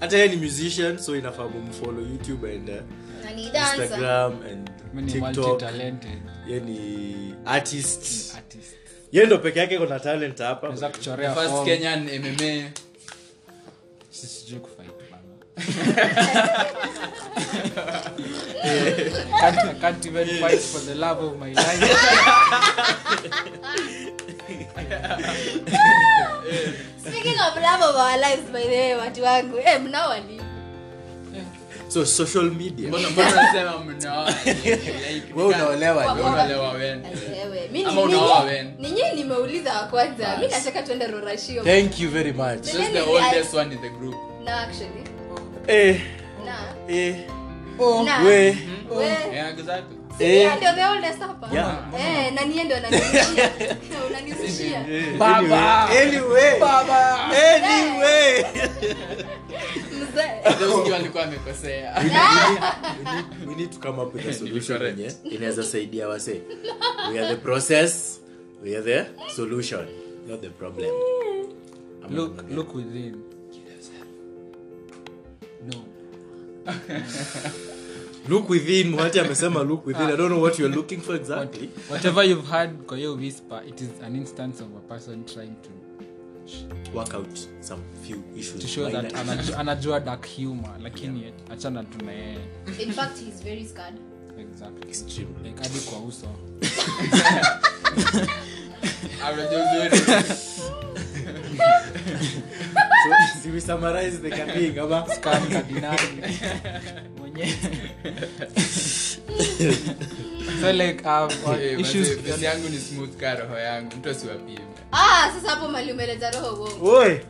S1: hata yeye ni musician so inafaa kumfollow youtube and uh,
S3: Na ni dancer.
S1: instagram and
S4: mimi ni
S1: tiktok
S4: multi-talented
S1: ye ni artist
S4: artist
S1: ye ndo peke yake kuna talent hapa
S4: naweza kuchorea
S2: First
S4: form.
S2: Kenyan MMA.
S4: Si- sijui kufight bana. I can't- I can't even fight for the love of my life.
S3: Speaking of love of our lives, by the way, watu wangu eh, mnawani
S1: so social media
S2: Mbona- mbona unasema mnaoa? Like,
S1: Wewe unaolewa,
S2: wewe
S3: wewe.
S2: unaolewa wewe.
S3: Ewe, mi
S2: Ama
S3: ni-
S2: unaoa
S3: ninyi-
S2: wen.
S3: ninyi nimeuliza wa kwanza mi nataka tuende rorashio
S1: thank you very much
S2: She's the oldest one in the group.
S3: na actually
S1: eh,
S3: na
S1: eh,
S4: Oh,
S3: na
S1: we
S3: we
S2: Yeah, exactly.
S3: Si
S1: eh.
S3: yeye ndio the oldest hapa
S1: Yeah.
S3: eh na niye ndio ananishia unanishia
S1: Eh,
S4: Baba.
S1: anyway, anyway,
S4: baba.
S1: anyway.
S3: mzee
S2: Those ndio walikuwa wamekosea.
S1: we need to come up with a solution
S2: Correct.
S1: yenye inaweza saidia wase we are the process we are the solution not the problem Ama
S4: Look-
S1: unaongea.
S4: look within. No.
S1: look within wati amesema look within
S4: Ah.
S1: i don't know what you're looking for exactly
S4: whatever you've heard kwa hiyo whisper it is an instance of a person trying to,
S1: work out some few issues
S4: to show
S1: minor
S4: that
S1: issues.
S4: anajua, anajua dark humor lakini achana tunaye
S3: in fact he's very scared
S4: exactly
S1: Extremely.
S4: like hadi kwa uso
S2: Amejua uzuri.
S1: so si we summarize the campaign ama
S4: Scam kardinali mwenyewe so like um, on
S2: Eh, manze,
S4: issues
S2: pesa yangu ni smooth ka roho yangu mtu asiwapime
S3: ah sasa hapo mali umeleta roho uongo
S1: oi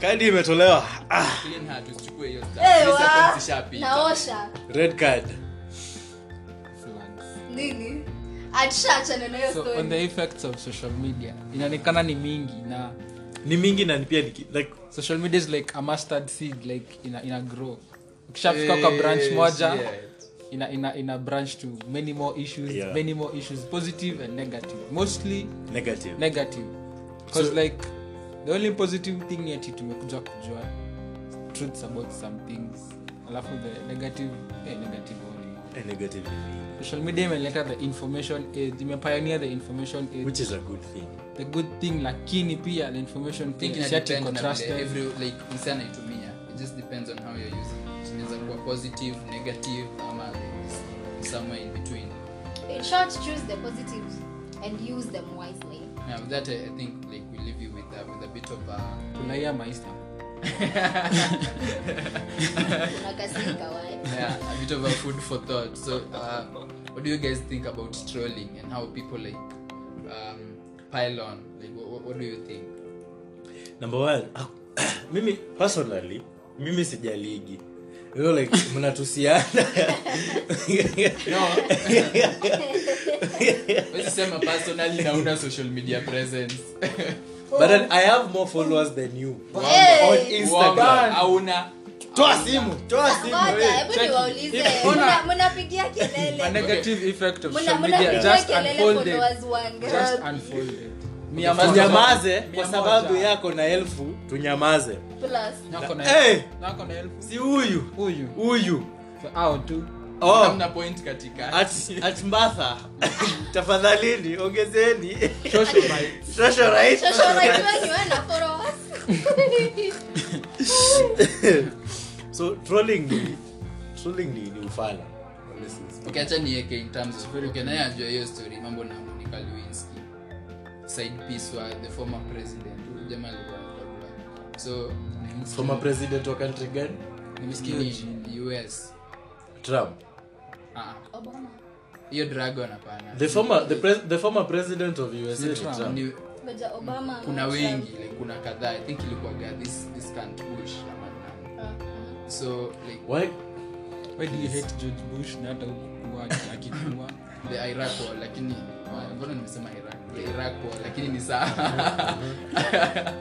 S1: kadi imetolewa ah,
S2: Clean her, tusichukue hiyo stuff.
S3: Eh,
S2: Hizo
S3: wa-
S2: accounts zishapita.
S3: naosha
S1: red card
S4: Flans.
S3: nini atushaacha nayo
S4: so
S3: story.
S4: on the effects of social media inaonekana ni mingi na
S1: ni mingi na ni pia ni ki- like
S4: social media is like a mustard seed like ina, ina grow ukishafika kwa
S2: Eh,
S4: branch moja
S2: Shit.
S4: ina, ina, ina branch to many more issues
S1: Yeah.
S4: many more issues positive and negative mostly
S1: negative
S4: negative because
S1: So-
S4: like the only positive thing ni ati tumekuja kujua truths about some things alafu the negative eh, negative only
S1: Eh, negative ni mingi
S4: social media imeleta the information age imepioneer the information age
S1: which is a good thing
S4: the good thing lakini pia the information thing
S2: think ina
S4: is yet
S2: depend na
S4: contrasted
S2: vile every like msee anaitumia it just depends on how you're using it inaweza kuwa positive negative ama somewhere in between
S3: In short, choose the positives and use them wisely.
S2: now with that I, i think like we leave you with a, with a bit of a
S4: tunaia maisha
S3: Unakasirika wae.
S2: yeah, a bit of a food for thought. So, uh, what do you guys think about trolling and how people like um, pile on? Like, what, what do you think?
S1: number one hak- mimi personally mimi sijaligi You know, like mnatusiana
S2: Wewe sema personally na una social media presence.
S1: but I- i have more followers than you
S3: Hey!
S1: on
S2: Uongo,
S1: instagram
S2: hauna
S1: toa simu toa simu
S3: Ngoja,
S1: eh.
S3: hebu niwaulize.
S4: Ona.
S3: Mna- Mnapigia
S4: a
S3: kelele.
S4: negative effect of
S3: Mna-
S4: social media
S3: Mnapigia
S4: just
S3: kelele
S4: unfolded
S3: followers wangapi?
S4: just unfolded Mia moja.
S1: tunyamaze
S4: Mia
S1: kwa
S4: moja.
S1: sababu yako na elfu tunyamaze
S3: Plus.
S4: Nako na
S1: Hey!
S4: nako na elfu
S1: si huyu
S4: huyu
S1: huyu
S4: So, hao tu
S1: oh.
S2: hamna point katika.
S1: at, at martha tafadhalini ongezeni
S4: Socialite.
S1: Socialite.
S3: Shosho, unajua niwe na followers?
S1: so trolling ni trolling ni, ni ufala Honestly speaking.
S2: Okay, acha niweke in terms of okay, naye ajua hiyo story mambo na Monica Lewinsky. Side piece wa the former president. Huyu Jamaa alikuwa anataka. So,
S1: former president wa country gani
S2: nimesikia US.
S1: trump
S2: Ah,
S3: Obama.
S2: hiyo dragon hapana.
S1: the former, the pres the former president of usa ni
S4: Trump.
S1: trump
S2: Ni-
S3: Ngoja, Obama.
S2: kuna
S3: ama Trump.
S2: wengi like, kuna kadhaa i think ilikuwaga this, this can't push ama nani.
S3: Ah, ah.
S2: so like
S1: Why?
S4: why do you hate george bush na hata hukuwa akikuwa
S2: the iraq war lakini ah, mbona nimesema iraq the iraq war lakini ni saa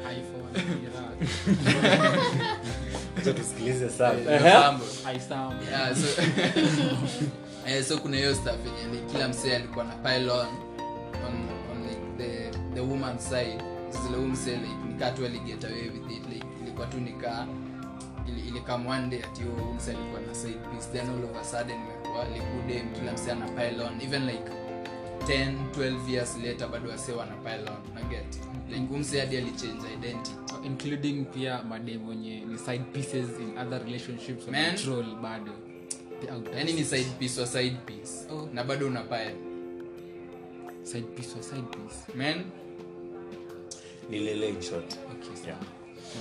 S4: iphone iraq
S1: Acha tusikilize sana Ehe.
S2: Mambo.
S4: isam
S2: Yeah, so- Eh, so kuna hiyo stuff yenye like, kila msee alikuwa na pile on on, on like, the, the woman side sasa huyu msee like nikaa tu aliget away with it like ilikuwa tu nikaa ili- ilikam one day ati huyu msee alikuwa na side piece then all of a sudden imekuwa like good day kila msee ana pile on even like 10 12 years later bado wasee wana pile on na get like huyu msee hadi alichange identity
S4: including pia madem wenye ni side pieces in other relationships
S2: Man.
S4: control bado Pia uta-
S2: yani Yaani ni side piece wa side piece
S4: Oh.
S2: na bado una pile
S4: side piece or side piece
S2: men
S1: Nilele in short.
S4: okay so
S1: Yeah.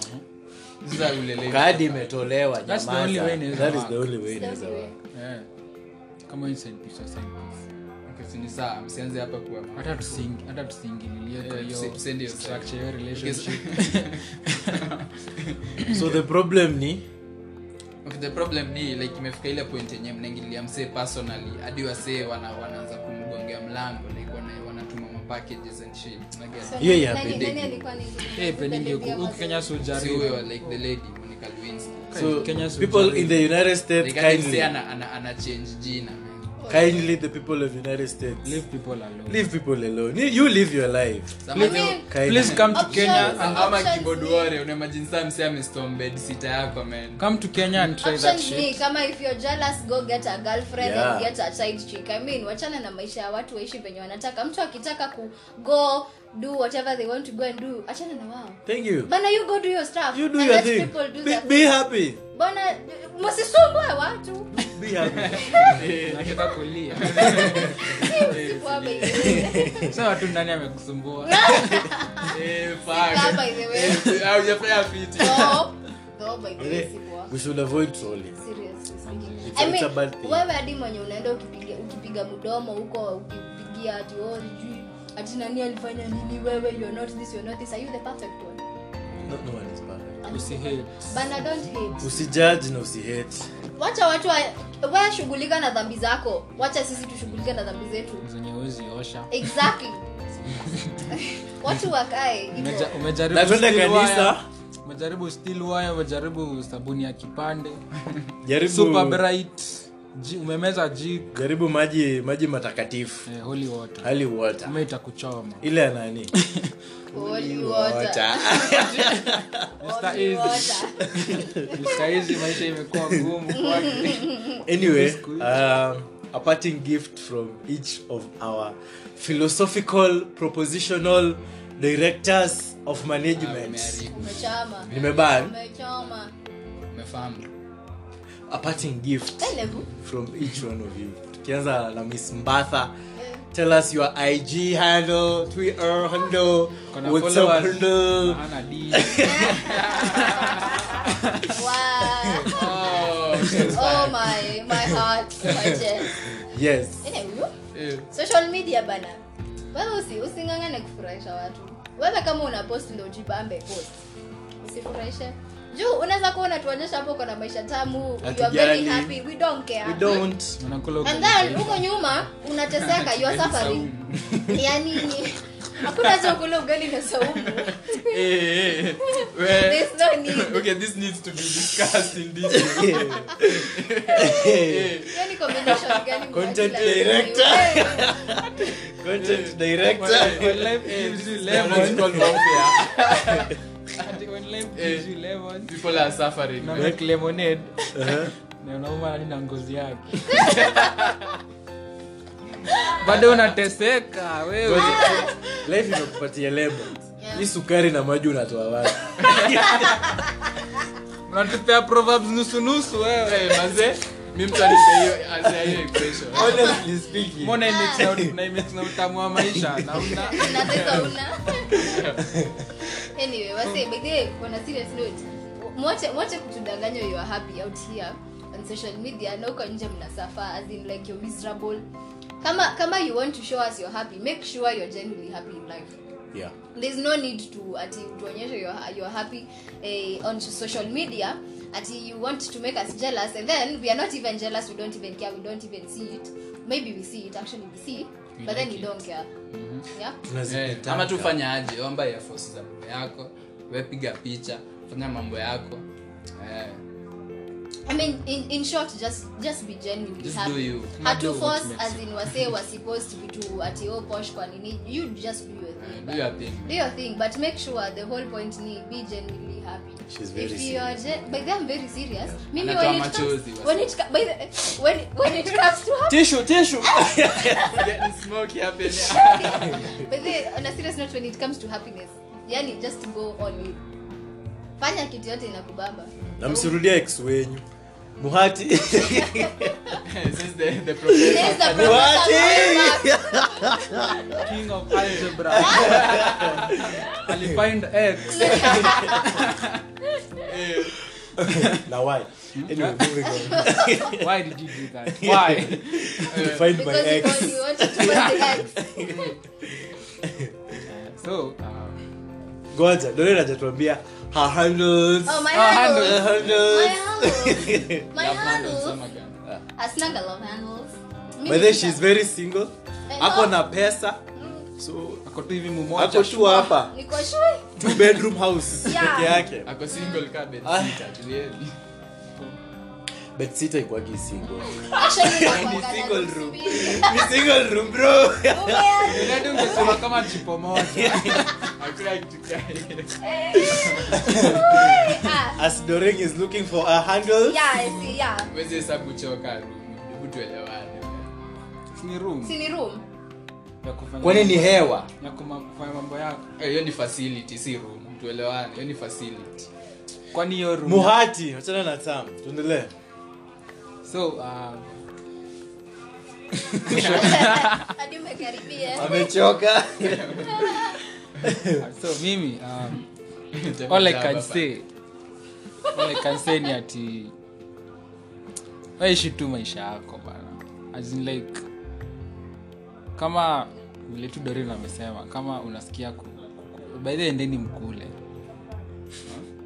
S4: uh-huh.
S2: sasa ulelei
S1: kadi imetolewa
S4: That's the only way inaweza
S1: That is
S4: work.
S1: the only way inaweza
S3: Sijui.
S1: work.
S4: yeah. kama hiyo side piece or side piece
S2: Kusini saa msianze hapa kuwa ma-
S4: hata tusiingi- hata tusiingililie kwa
S2: Eh, tusi-
S4: hiyo
S2: tusiende hiyo
S4: structure hiyo relationship
S1: so the problem ni
S2: Okay, the problem ni like imefika ile point yenye mnaingilia msee personally hadi wasee wana, wanaanza kumgongea mlango like wana, wanatuma mapackages and shit
S3: So,
S2: Unaget?
S1: Hiyo ya
S3: nani-
S1: pending.
S3: nani alikuwa anaitwa?
S4: Eh, pending huku-
S3: Alibia
S4: huku Kenya si
S2: si
S4: hujaribu.
S2: huyo like the lady Monica Lewinsky
S1: so
S4: Kenya's
S1: people
S4: ujaribu.
S1: in the united states
S2: like hadi msee
S1: kindly
S2: ana, ana, ana change jina man.
S1: kindly the people of united states
S4: leave people alone
S1: leave people alone You- you live your life
S2: Sama
S3: I
S2: leo-
S3: mean,
S1: Kindly.
S4: please come to
S3: Options.
S4: kenya
S2: a- ama
S3: Options
S2: keyboard
S3: ni-
S2: warrior unaimagine saa msee amestorm bed sita yako man
S4: come to kenya and try that
S3: Options ni
S4: shit
S3: kama if you're jealous go get a girlfriend
S1: Yeah.
S3: and get a side chick i mean wachana na maisha ya watu waishi venye wanataka mtu akitaka ku go do whatever they want to go and do achana na wao
S1: thank you
S3: bana you go do your stuff
S1: you do
S3: and
S1: your
S3: let
S1: thing
S3: people do
S1: be,
S3: their
S1: be happy
S3: bana msisumbue watu
S1: be happy Eh,
S4: nataka kulia
S3: Msisumbue by the way.
S4: sasa watu ndani amekusumbua
S2: eh
S3: Sikaa
S2: fuck
S3: by the way.
S2: Eh, haujafanya fiti
S3: Though- though by the way, sikuwa.
S1: we should avoid trolling
S3: Seriously speaking.
S1: It's-
S3: I
S1: it's a
S3: mean,
S1: bad thing.
S3: wewe hadi mwenye unaenda ukipiga ukipiga mdomo huko ukipigia ati oh, sijui ati nani alifanya nini wewe you're not this you're not this are you the perfect one
S1: no, no one is perfect
S4: usihate
S3: bana don't hate
S1: usijudge na usihate
S3: wacha watu wa- washughulika na dhambi zako wacha sisi tushughulike na dhambi zetu
S4: zenye uziosha
S3: exactly watu wakae hivyo.
S4: umejaribu
S1: Na twende
S4: steel
S1: kanisa.
S4: wire, umejaribu steel wire umejaribu sabuni ya kipande super
S1: jaribu
S4: bright ji- umemeza jik
S1: jaribu maji maji matakatifu
S4: eh, holy water
S1: hali water
S4: ama itakuchoma
S1: ile ya nani
S3: Holy water.
S4: Mr.
S3: Holy
S4: Easy.
S3: water.
S4: Saizi maisha imekuwa ngumu kwake
S1: anyway um, a parting gift from each of our philosophical propositional directors of management
S2: umeharibu
S3: Umechoma.
S1: nimeban
S3: Umechoma.
S2: umefahamu
S1: a parting gift
S3: Eh, Levu.
S1: from each one of you tukianza na miss mbatha
S3: Eh.
S1: tell us your ig handle twitter handle
S4: Kuna
S1: whatsapp
S4: followers.
S1: handle
S4: Hana D.
S3: Wow. Oh my, my heart, my chest.
S1: yes
S3: Eh, huyo? social media bana wewe usi, using'ang'ane kufurahisha watu wewe kama una post ndo ujibambe post usifurahishe juu unaweza kuwa unatuonyesha hapo uko na maisha tamu you are very
S1: Hatujali.
S3: happy we don't care
S1: we don't
S4: Unakula
S3: and
S4: ugali
S3: then
S4: taifa.
S3: huko nyuma unateseka you
S1: Yaani
S3: are suffering yani hakuna chakula ugali na saumu
S1: Eh,
S3: there's no need
S2: okay this needs to be discussed in this
S3: yani Yaani combination gani
S1: Content
S3: mnakula?
S1: director.
S3: Eh,
S1: content
S4: When
S1: director
S4: life gives you
S2: It's
S4: lemons,
S2: called welfare.
S4: when life gives
S1: Eh.
S4: you lemons,
S2: people are suffering
S4: na make lemonade, na unauma hadi na ngozi yake bado unateseka wewe
S1: life imekupatia lemon
S3: Yeah.
S1: hii sukari na maji unatoa wapi
S4: unatupea proverbs nusunusu wewe
S2: Eh, manze mi mtu alipea hiyo answer hiyo equation
S1: honestly speaking
S4: mbona imix na ut- na imix na utamu wa maisha na una
S3: na pesa una anyway wase by the way on a serious note mwache mwache kutudanganya you are happy out here on social media na uko nje mnasafa as in like you're miserable kama kama you want to show us you're happy make sure you're genuinely happy in life
S1: yeah
S3: there's no need to ati tuonyeshe you are- you are happy eh, on social media ati you want to make us jealous and then we are not even jealous we don't even care we don't even see it maybe we see it actually we see it Mm-hmm. but then you don't care yeah
S2: Eh,
S1: tunazipita
S2: ama tufanya aje omba ya force za baba yako wepiga picha fanya mambo yako eh,
S3: I mean, in, in short, just just be genuinely
S2: Just
S3: happy.
S2: do you.
S3: Hatu
S4: Do what
S3: force
S4: makes
S3: as in wasee wasipost vitu ati oh posh kwa nini. You just do your thing.
S2: do your thing
S3: Do your thing, but make sure the whole point ni be genuinely happy.
S1: She's very
S3: if you are ge- by the way, I'm very serious. Mimi
S2: Anatoa
S3: when it comes
S2: machozi,
S3: when it co- by the when when it comes to happy,
S4: tishu tishu
S2: Getting smoky up in here.
S3: by the way, on a serious note, when it comes to happiness, yani just go all in. Fanya kitu yote inakubamba.
S1: namsurudia ex wenyu muhati
S2: Since the- the professor-
S3: There's the
S1: What?
S3: problem.
S4: king of algebra alifind x
S1: na why anyway moving on
S4: why did you do that why
S1: to find my
S3: Because you
S1: ex
S3: want- you want to find the ex.
S4: so um,
S1: ngoja doreen hajatuambia her handles
S3: Oh, my
S4: Oh, handles.
S1: her
S3: handles.
S1: handles
S3: My handles. My
S2: Love handles, ama
S3: handles. Ah.
S2: gani?
S3: Asinanga love handles. Mimi
S1: by the way
S3: sina.
S1: she's very single
S3: I know.
S1: ako na pesa
S3: Mm,
S1: so
S4: ako tu hivi mumoja
S1: ako tu hapa
S3: Niko sure.
S1: two bedroom house
S3: Yeah.
S1: peke yake
S2: ako single ka bed
S1: Ah.
S2: sitter, tulieni.
S1: but sita ikwagi single
S3: Actually,
S1: Ni
S3: nakuangana
S1: single
S3: tu
S1: room.
S3: subiri.
S1: Ni single room bro
S3: Umeanza.
S4: Ila ungesema kama jipo moja
S2: Hakuna kitu gani.
S3: Ah,
S1: as doreen is looking for her handles
S3: yeah, I see, yeah.
S2: Huwezi hesabu choka room, hebu tuelewane.
S4: ni room
S3: Si ni room?
S4: ya kufanya
S1: kwani ni hewa
S4: ya kuma- kufanya mambo yako
S2: Eh, hiyo ni facility si room tuelewane hiyo ni facility
S4: kwani hiyo room
S1: muhati wachana na tam tuendelee
S4: so um,
S3: Hadi umekaribia.
S1: amechoka
S4: so mimi um,
S2: Jambo
S4: all I
S2: la
S4: can
S2: baba.
S4: say all I can say ni ati waishi tu maisha yako bana as in like kama vile tu Doreen amesema kama unasikia ku, ku, by the way, endeni mkule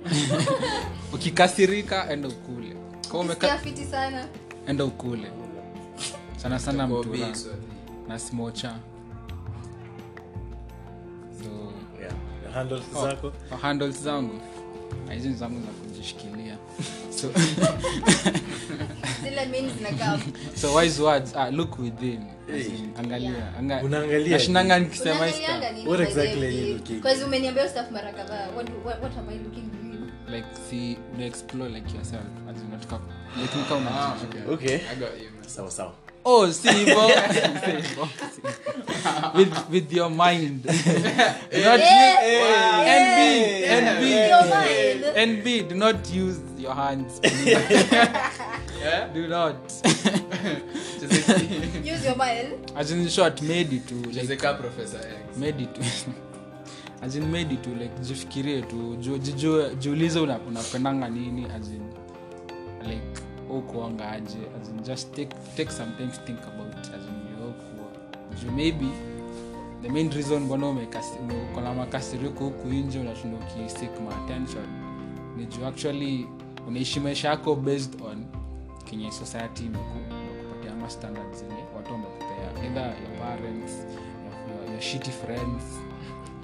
S4: ukikasirika enda ukule Kama umeka-
S3: Ukisikia fiti sana
S4: enda ukule sana sana
S2: Kobe,
S4: mtura
S2: sorry.
S4: na smocha so
S1: yeah. Na handles zako
S4: oh, handles zangu Na hizi ni zangu za kujishikilia so,
S3: zile mini zinakaa
S4: so wise words ah, look within As in,
S1: Hey.
S4: angalia anga-
S1: Unaangalia
S4: nashinanga nikisema hii stuff.
S3: unaangalianga nini
S1: What
S3: by the
S1: exactly are you
S3: way?
S1: looking?
S3: Cause umeniambia stuff mara kadhaa What do- what- what am I looking in?
S4: like see una explore like yourself as in unataka like nika una
S2: Ah, okay.
S1: Okay.
S2: I got you, man.
S1: sawa sawa
S4: oh si hivyo Si hivyo. Si hivyo. with with your mind not
S3: Yes!
S4: use
S3: Eh. Wow.
S4: NB
S3: Yes!
S4: NB
S3: Your mind.
S4: NB do not use your hands
S2: Yeah?
S4: do not
S2: Jose-
S3: Use your mind.
S4: as in short made it to like
S2: Joseka Professor X.
S4: made it to as in made it to like jifikirie tu ju- ju- ju- jiulize una- unapendanga nini as in like ukuanga aje as in just take, take some time to think about as in your kuwa ju maybe the main reason mbona umekasi- ume- uko na makasiriko huku nje unashinda ukisik maattention ni juu actually unaishi maisha yako based on kenye society imeku- imekupatia ama standards zenye watu wamekupea either your parents your, your, your shitty friends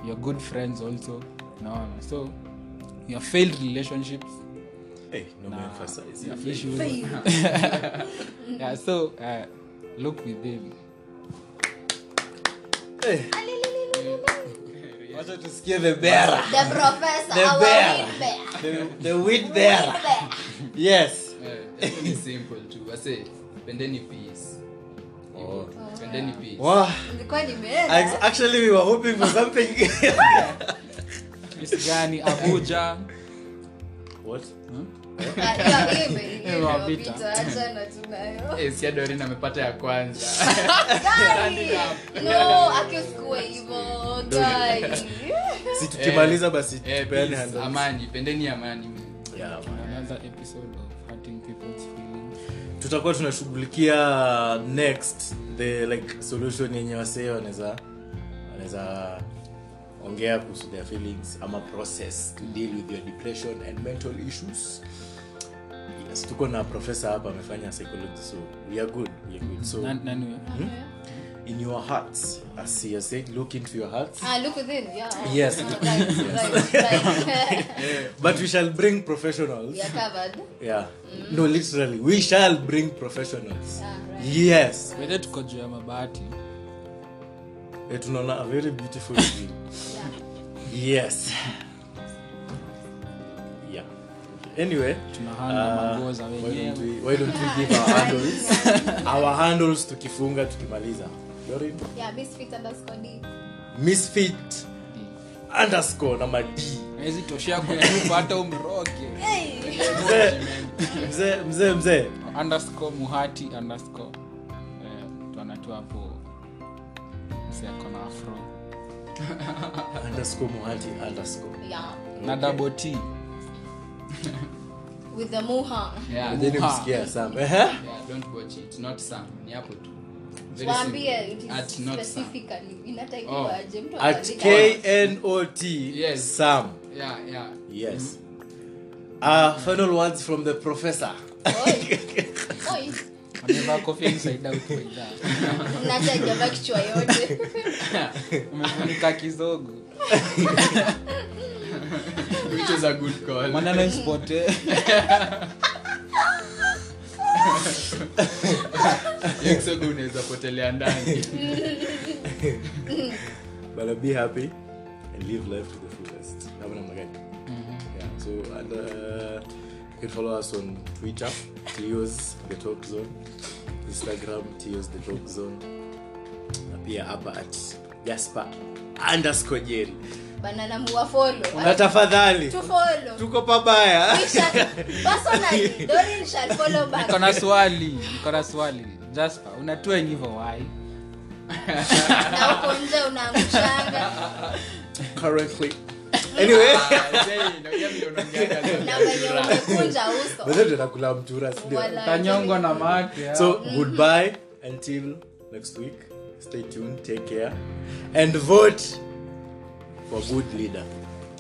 S4: your good friends also naona so your failed relationships
S1: hey, Eh, no emphasize. Eh,
S4: your issues
S3: Fail.
S4: yeah, so uh, look within
S1: Hey. eh, wacha tusikie the bearer.
S3: The professor,
S1: The
S3: our
S1: bear.
S3: wind bear.
S1: the, the wheat bearer.
S3: Bear.
S1: yes
S2: Eh, it's really simple tu. I say, pendeni peace.
S1: Oh.
S2: Pendeni peace.
S1: wow.
S3: Nilikuwa nimeenda.
S1: Ac- actually we were hoping for something
S4: Miss Gani, abuja
S1: what
S3: Ah, hiyo- hiyo ime- hiyo
S4: Hiyo wapita.
S3: imepita, achana tu nayo.
S2: Eh, sikia Doreen amepata ya kwanza. Eh,
S3: Guy! No, akiusikue hivyo, guy.
S1: si tukimaliza basi
S2: Eh,
S1: tupeane
S2: peace,
S1: handles.
S2: amani pendeni amani man.
S1: Yeah, man.
S4: another episode of hurting people's feelings
S1: tutakuwa tunashughulikia next the like solution yenye wasee wanaweza wanaweza ongea kuhusu their feelings ama process to deal with your depression and mental issues yes, tuko na profesa hapa amefanya psychology so we are good, we are good. so
S4: Nan- nani huyo?
S1: in your hearts as you say look into your hearts
S3: Ah, look within, yeah.
S1: Yes,
S3: Ah,
S1: look
S3: right, right, right.
S1: but we shall bring professionals
S3: We are covered.
S1: yeah no literally we shall bring professionals
S3: Ah, right.
S1: yes
S4: Whether tuko juu ya mabahati
S1: Eh, tunaona a very beautiful view yes yeah anyway uh,
S4: tuna hanga
S1: Ah,
S4: manguo za
S1: why don't
S4: wenyewe
S1: we, why don't we give our handles our handles tukifunga tukimaliza Dorin?
S3: Yeah, misfit underscore D.
S1: misfit underscore na madii
S4: awezi toshea kuchupa hata umroge
S3: Hey!
S1: mzee mzee mzee mzee
S4: underscore muhati underscore Eh, tuanatu hapo msiakona afro
S1: underscore muhati underscore
S3: Yeah.
S4: na double t
S3: With the muha.
S2: Yeah,
S1: Then msikia Sam. Ehe.
S2: yeah, don't watch it. Not Sam. Ni hapo tu. Very
S3: waambie
S2: simple.
S3: it is
S2: At not Sam.
S3: specifically
S2: Oh.
S3: inatakiwa aje mtu
S1: at
S3: anaandika-
S1: knot
S2: Yes.
S1: sam
S2: Yeah, yeah.
S1: yes
S4: Mm-hmm.
S1: uh, final words from the professor
S3: Oi. Oi.
S4: amevaa kofia inside out like that.
S3: Mnacha hajavaa kichwa yote
S4: umefunika kizogo
S2: Which is a good call.
S4: maneno isipotee
S2: Exogo unaweza potelea ndani.
S1: but uh, be happy and live life to the fullest have an amazing yeah so and uh, you can follow us on twitter tios the talk zone instagram tios the talk zone na pia hapa at jasper underscore jerry
S3: banana muwafolo
S1: na tafadhali
S3: tufolo
S1: tuko pabaya
S3: personally dorin shall follow back
S4: kona swali kona swali jasper unatweng hivyo wai
S3: na huko nje unaangushanga
S1: currently anyway
S2: Ah, Jay, naongea vile unaongeaga zote.
S3: na venye umekunja uso
S1: Mwenzetu atakula mtura sijui.
S3: Wala-
S4: tanyongwa na make
S1: so goodbye until next week stay tuned take care and vote for good leader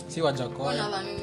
S4: si wajakoya
S3: unavamiwa